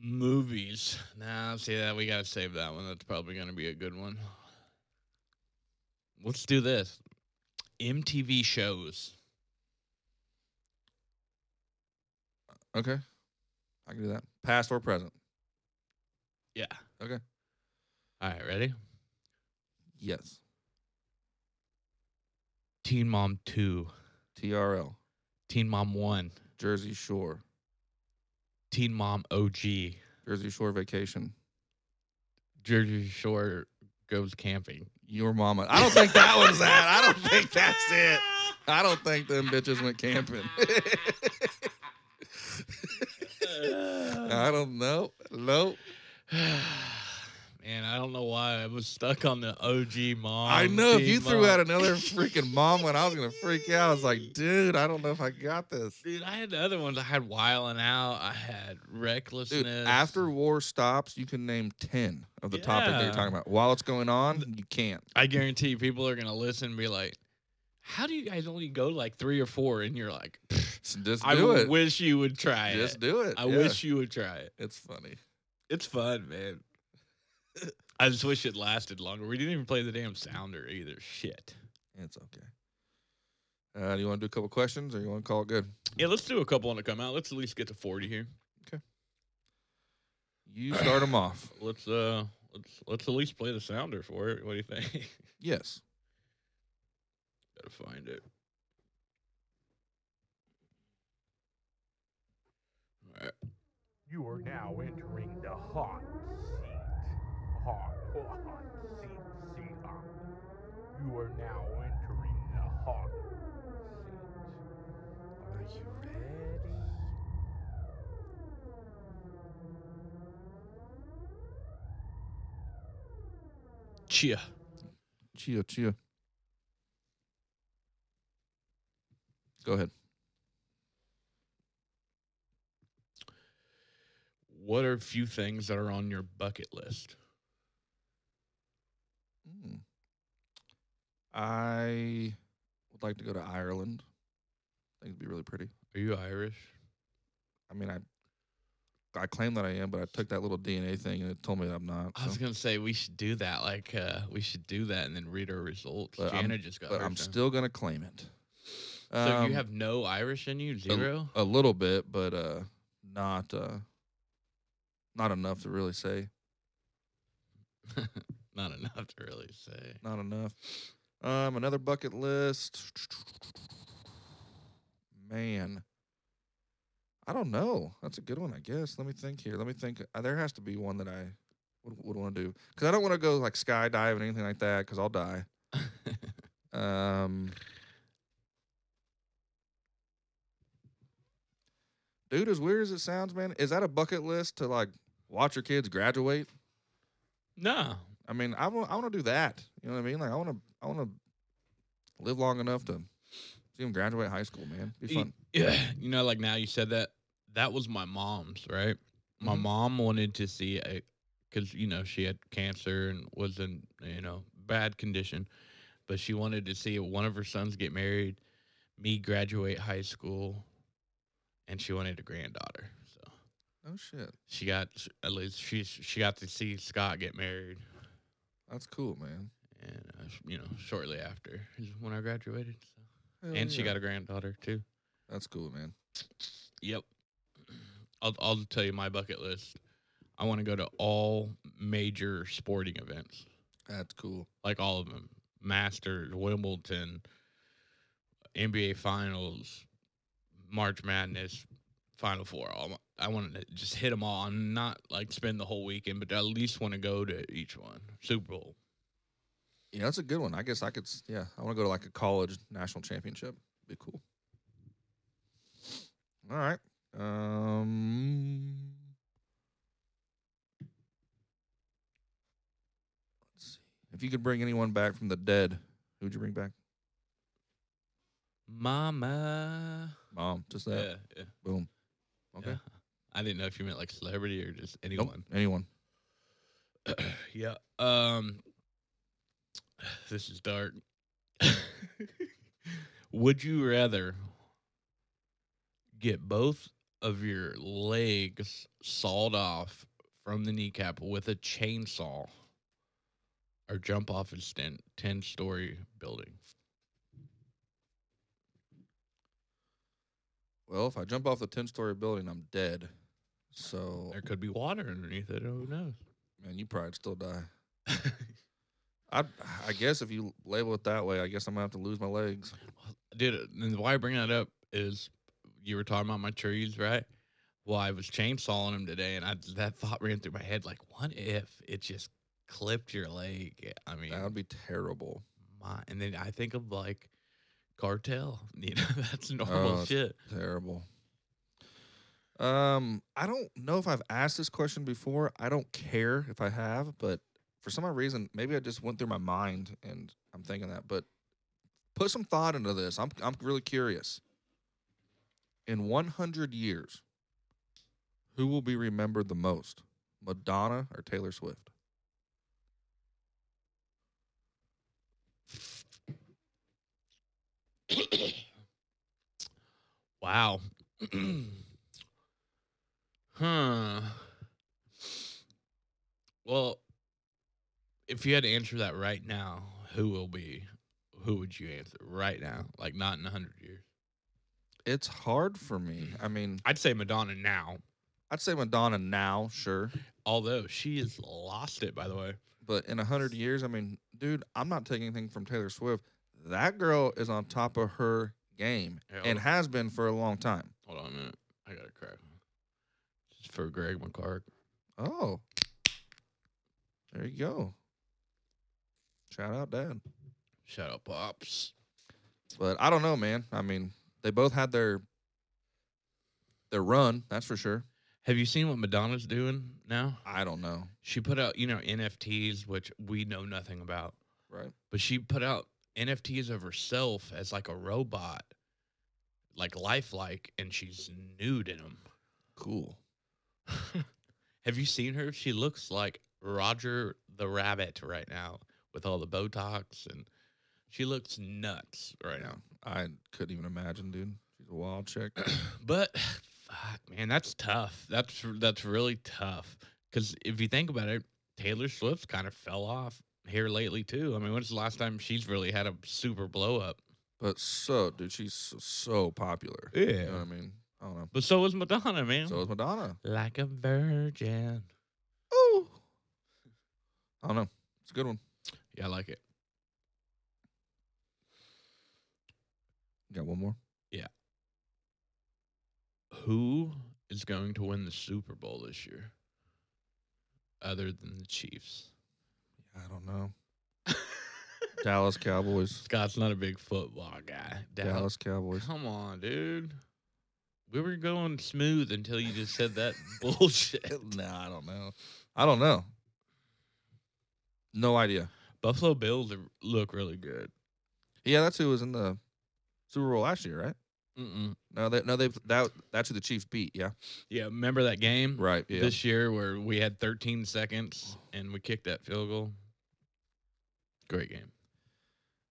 S1: movies. Nah, see that we gotta save that one. That's probably gonna be a good one. Let's do this. MTV shows.
S3: Okay. I can do that. Past or present?
S1: Yeah.
S3: Okay.
S1: All right, ready?
S3: Yes.
S1: Teen Mom Two,
S3: TRL.
S1: Teen Mom One,
S3: Jersey Shore.
S1: Teen Mom OG,
S3: Jersey Shore Vacation.
S1: Jersey Shore goes camping.
S3: Your mama. I don't think that one's that. I don't think that's it. I don't think them bitches went camping. I don't know. Nope.
S1: Man, I don't know why I was stuck on the OG mom.
S3: I know if you
S1: Teen
S3: threw
S1: Mom.
S3: out another freaking mom one, I was gonna freak out. I was like, dude, I don't know if I got this.
S1: Dude, I had the other ones. I had Wiling Out. I had Recklessness.
S3: Dude, after war stops, you can name ten of the topic that
S1: Yeah.
S3: you're talking about. While it's going on, you can't.
S1: I guarantee you people are gonna listen and be like, "How do you guys only go like three or four? And you're like,
S3: So just
S1: "I
S3: do it.
S1: wish you would try
S3: Just
S1: it.
S3: do it.
S1: I
S3: Yeah.
S1: wish you would try it.
S3: It's funny.
S1: It's fun, man. I just wish it lasted longer. We didn't even play the damn sounder either. Shit.
S3: It's okay. Uh, do you want to do a couple questions, or you want to call it good?
S1: Yeah, let's do a couple on the come out. Let's at least get to forty here.
S3: You start them off.
S1: Let's uh, let's let's at least play the sounder for it. What do you think?
S3: Yes.
S1: Gotta find it. All right.
S4: You are now entering the hot seat. Hot, hot, hot seat, seat hot. You are now entering the hot seat. Are you ready?
S1: Chia.
S3: Chia, chia. Go ahead.
S1: What are a few things that are on your bucket list?
S3: Mm. I would like to go to Ireland. I think it'd be really pretty.
S1: Are you Irish?
S3: I mean, I I claim that I am, but I took that little DNA thing and it told me that I'm not.
S1: I was
S3: so-
S1: gonna say we should do that. Like uh, we should do that and then read our results.
S3: But I'm-
S1: Jana just got.
S3: but
S1: hers
S3: I'm
S1: down.
S3: still gonna claim it.
S1: So
S3: Um,
S1: you have no Irish in you,
S3: a-
S1: zero.
S3: A, little bit, but uh, not uh, not enough to really say.
S1: Not enough to really say.
S3: Not enough. Um, another bucket list. Man, I don't know. That's a good one, I guess. Let me think here. Let me think. Uh, There has to be one that I would, would want to do because I don't want to go like skydiving or anything like that because I'll die. Um, dude, as weird as it sounds, man, is that a bucket list to like watch your kids graduate?
S1: no,
S3: I mean, I want I want to do that. You know what I mean? Like I want to I want to live long enough to see them graduate high school, man. Be
S1: Y-
S3: fun.
S1: you know, like now you said that that was my mom's, right? My
S3: Mhm.
S1: mom wanted to see a because you know she had cancer and was in you know bad condition, but she wanted to see one of her sons get married, me graduate high school, and she wanted a granddaughter. So
S3: Oh shit,
S1: she got at least she she got to see Scott get married,
S3: that's cool, man.
S1: and uh, sh- you know shortly after is when I graduated. So.
S3: Hell
S1: and she
S3: Oh, yeah.
S1: got a granddaughter too.
S3: That's cool, man.
S1: Yep. I'll I'll tell you my bucket list. I want to go to all major sporting events,
S3: That's cool.
S1: like all of them: Masters, Wimbledon, NBA Finals, March Madness, Final Four. All my, I want to just hit them all. I'm not like spend the whole weekend, but I at least want to go to each one. Super Bowl.
S3: Yeah, that's a good one. I guess I could. s- Yeah, I want to go to like a college national championship. Be cool. All right. Um. Let's see. If you could bring anyone back from the dead, who would you bring back?
S1: Mama.
S3: Mom. Just that.
S1: Yeah, yeah.
S3: Boom. Okay.
S1: yeah. I didn't know if you meant like celebrity or just
S3: Nope,
S1: anyone.
S3: Anyone.
S1: yeah. Um this is dark. Would you rather get both of your legs sawed off from the kneecap with a chainsaw or jump off a 10, 10 story building?
S3: Well, if I jump off the ten-story building, I'm dead. So,
S1: There could be water underneath it. Who knows?
S3: man, you probably still die. I I guess if you label it that way, I guess I'm gonna have to lose my legs.
S1: Dude, and why I bring that up is you were talking about my trees, right? Well, I was chainsawing them today, and I that thought ran through my head like, what if it just clipped your leg? I mean,
S3: That would be terrible.
S1: my, and then I think of like cartel, you know, that's normal
S3: Oh, it's-
S1: shit.
S3: Terrible. Um, I don't know if I've asked this question before. I don't care if I have, but for some odd reason, maybe I just went through my mind and I'm thinking that. But put some thought into this. I'm I'm really curious. In 100 years, who will be remembered the most, Madonna or Taylor Swift?
S1: Wow. huh. Well, if you had to answer that right now, who will be? Who would you answer right now? Like not in a hundred years.
S3: It's hard for me. I mean,
S1: I'd say Madonna now,
S3: I'd say Madonna now, sure.
S1: although she has lost it. By the way,
S3: But in a hundred years, I mean, dude, I'm not taking anything from Taylor Swift. That girl is on top of her game
S1: Yeah,
S3: and
S1: I'll-
S3: has been for a long time.
S1: hold on a minute. I gotta crack. This is for Greg McCark.
S3: Oh, there you go. Shout out, Dad.
S1: Shut up, pops.
S3: But I don't know, man. I mean, they both had their their run, that's for sure.
S1: Have you seen what Madonna's doing now?
S3: I don't know,
S1: She put out, you know, NFTs, which we know nothing about.
S3: right?
S1: but she put out NFTs of herself as like a robot, like lifelike, and she's nude in them.
S3: Cool.
S1: Have you seen her? She looks like Roger the Rabbit right now with all the Botox, and she looks nuts right
S3: Yeah,
S1: now.
S3: I couldn't even imagine, dude. She's a wild chick.
S1: But fuck, man, that's tough. That's that's really tough because if you think about it, Taylor Swift kind of fell off here lately too. I mean, when's the last time she's really had a super blow up?
S3: But so, dude, she's so, so popular. You know what I mean? I don't know.
S1: But so is Madonna, man.
S3: So is Madonna.
S1: like a virgin.
S3: Ooh. I don't know. It's a good one.
S1: Yeah, I like it.
S3: You got one more?
S1: Who is going to win the Super Bowl this year? Other than the Chiefs.
S3: I don't know. Dallas Cowboys.
S1: Scott's not a big football guy. Dallas.
S3: Dallas Cowboys.
S1: Come on, dude. We were going smooth until you just said that bullshit.
S3: no, I don't know. I don't know. No idea.
S1: Buffalo Bills are, look really good.
S3: Yeah, that's who was in the Super Bowl last year, right?
S1: Mm-mm.
S3: No, they no they that that's who the Chiefs beat, yeah.
S1: Yeah, remember that game
S3: Right, yeah.
S1: this year where we had 13 seconds and we kicked that field goal? Great game.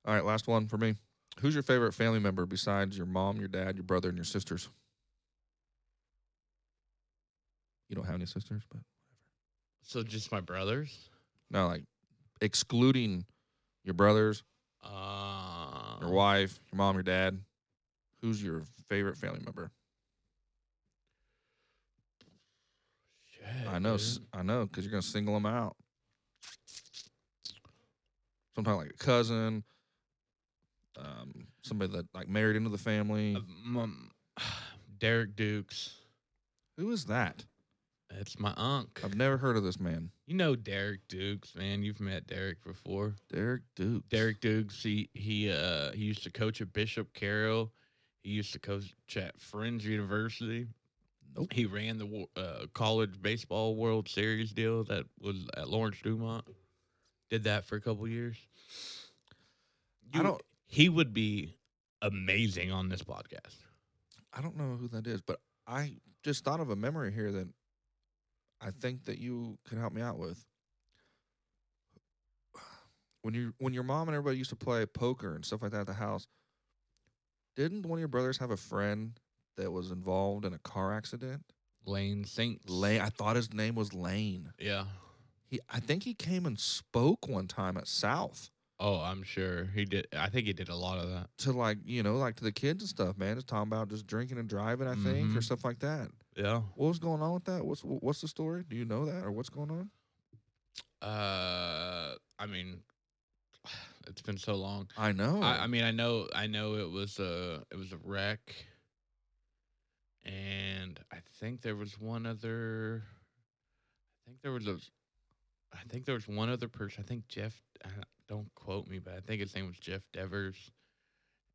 S3: All right, last one for me. Who's your favorite family member besides your mom, your dad, your brother, and your sisters? You don't have any sisters, but
S1: So just my brothers.
S3: no, like excluding your brothers,
S1: Uh,
S3: your wife, your mom, your dad. Who's your favorite family member?
S1: shit,
S3: I know, s
S1: dude.
S3: I know, because you're gonna single them out. Sometimes like a cousin, um, somebody that like married into the family.
S1: Uh, mum, Derek Dukes.
S3: Who is that?
S1: That's my unk.
S3: I've never heard of this man.
S1: You know Derek Dukes, man. You've met Derek before.
S3: Derek Dukes.
S1: Derek Dukes. He he uh he used to coach at Bishop Carroll. He used to coach at Friends University.
S3: Nope.
S1: He ran the wo- uh, college baseball World Series deal that was at Lawrence Dumont. Did that for a couple years.
S3: I
S1: You-
S3: don't.
S1: He would be amazing on this podcast.
S3: I don't know who that is, but I just thought of a memory here that I think that you could help me out with. When you when your mom and everybody used to play poker and stuff like that at the house, didn't one of your brothers have a friend that was involved in a car accident?
S1: Lane Saints.
S3: Lane, I thought his name was Lane.
S1: Yeah.
S3: He, I think he came and spoke one time at South
S1: Oh, I'm sure he did. I think he did a lot of that.
S3: to like you know like to the kids and stuff, man. Just talking about just drinking and driving, I think, or
S1: Mhm.
S3: stuff like that.
S1: Yeah.
S3: What was going on with that? What's wh- what's the story? Do you know that or what's going on?
S1: Uh, I mean, it's been so long.
S3: I know.
S1: I, I mean, I know, I know it was a it was a wreck, and I think there was one other. I think there was a. I think there was one other person. I think Jeff. uh, Don't quote me, but I think his name was Jeff Devers,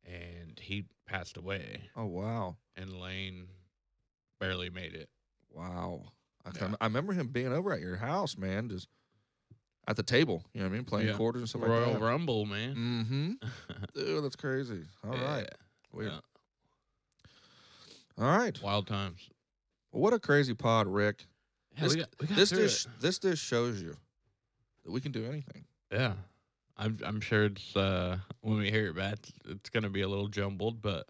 S1: and he passed away,
S3: oh wow,
S1: and Lane barely made it.
S3: wow. I,
S1: Yeah.
S3: can, I remember him being over at your house, man, just at the table. You know what I mean, playing
S1: Yeah.
S3: quarters and stuff
S1: Royal
S3: like that.
S1: Rumble, man.
S3: Mm-hmm. Dude, that's crazy. All right, weird.
S1: yeah.
S3: All right.
S1: Wild times.
S3: What a crazy pod, Rick.
S1: Yeah,
S3: This-
S1: we got, we got
S3: This
S1: through
S3: just
S1: it.
S3: this just shows you that we can do anything.
S1: Yeah. I'm I'm sure it's uh when we hear it back it's, it's gonna be a little jumbled, but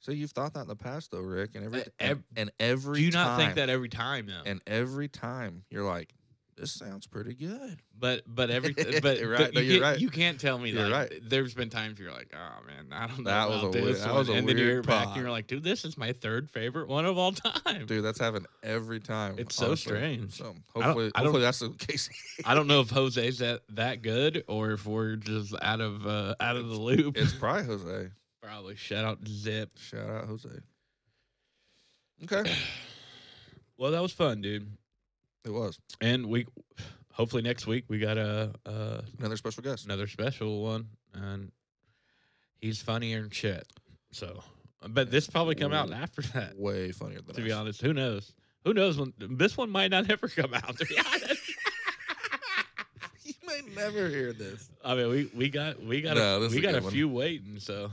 S3: So you've thought that in the past, though, Rick, and every
S1: Uh,
S3: t-
S1: ev-
S3: and, and every
S1: do you not think
S3: time-
S1: that every time though?
S3: and every time you're like, this sounds pretty good.
S1: but but every but but
S3: You're right. No,
S1: you,
S3: you're
S1: can't-
S3: right.
S1: you can't tell me
S3: You're
S1: like
S3: right.
S1: th- there's been times you're like, oh man, I don't know
S3: That was
S1: about
S3: a weird-
S1: this
S3: that
S1: one.
S3: was a
S1: and then you
S3: weird
S1: hear it back and
S3: pod.
S1: you're like, dude, this is my third favorite one of all time.
S3: Dude, that's happened every time.
S1: It's so strange.
S3: So hopefully,
S1: I don't-
S3: hopefully that's the case.
S1: I don't know if Jose's that that good or if we're just out of uh out of the loop.
S3: it's probably Jose.
S1: probably shout out Zip.
S3: Shout out Jose. Okay,
S1: Well, that was fun, dude.
S3: it was
S1: And we hopefully next week we got a uh
S3: another special guest.
S1: another special one, and he's funnier and shit. So, but this probably come out after that.
S3: Way funnier than
S1: To be
S3: us.
S1: honest, who knows? Who knows when this one might not ever come out? To be honest,
S3: you may never hear this.
S1: I mean we we got we got
S3: No,
S1: a,
S3: this is
S1: we
S3: a
S1: got a
S3: good one.
S1: few waiting. So,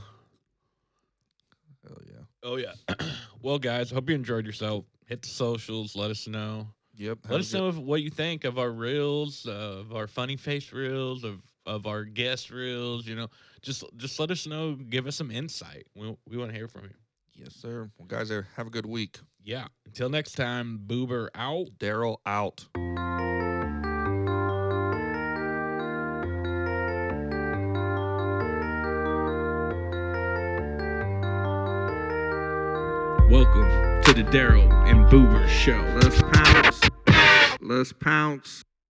S3: Oh yeah.
S1: oh yeah. well, guys, hope you enjoyed yourself. Hit the socials. Let us know.
S3: Yep. have
S1: Let
S3: a
S1: us
S3: good-
S1: know if, what you think of our reels, uh, of our funny face reels, of of our guest reels. You know, just just let us know. Give us some insight. We we want to hear from you.
S3: Yes, sir. Well, guys, there. Have a good week.
S1: Yeah. Until next time, Boober out.
S3: Daryl out.
S2: Welcome to the Daryl and Boober Show. Let's pounce. Let's pounce.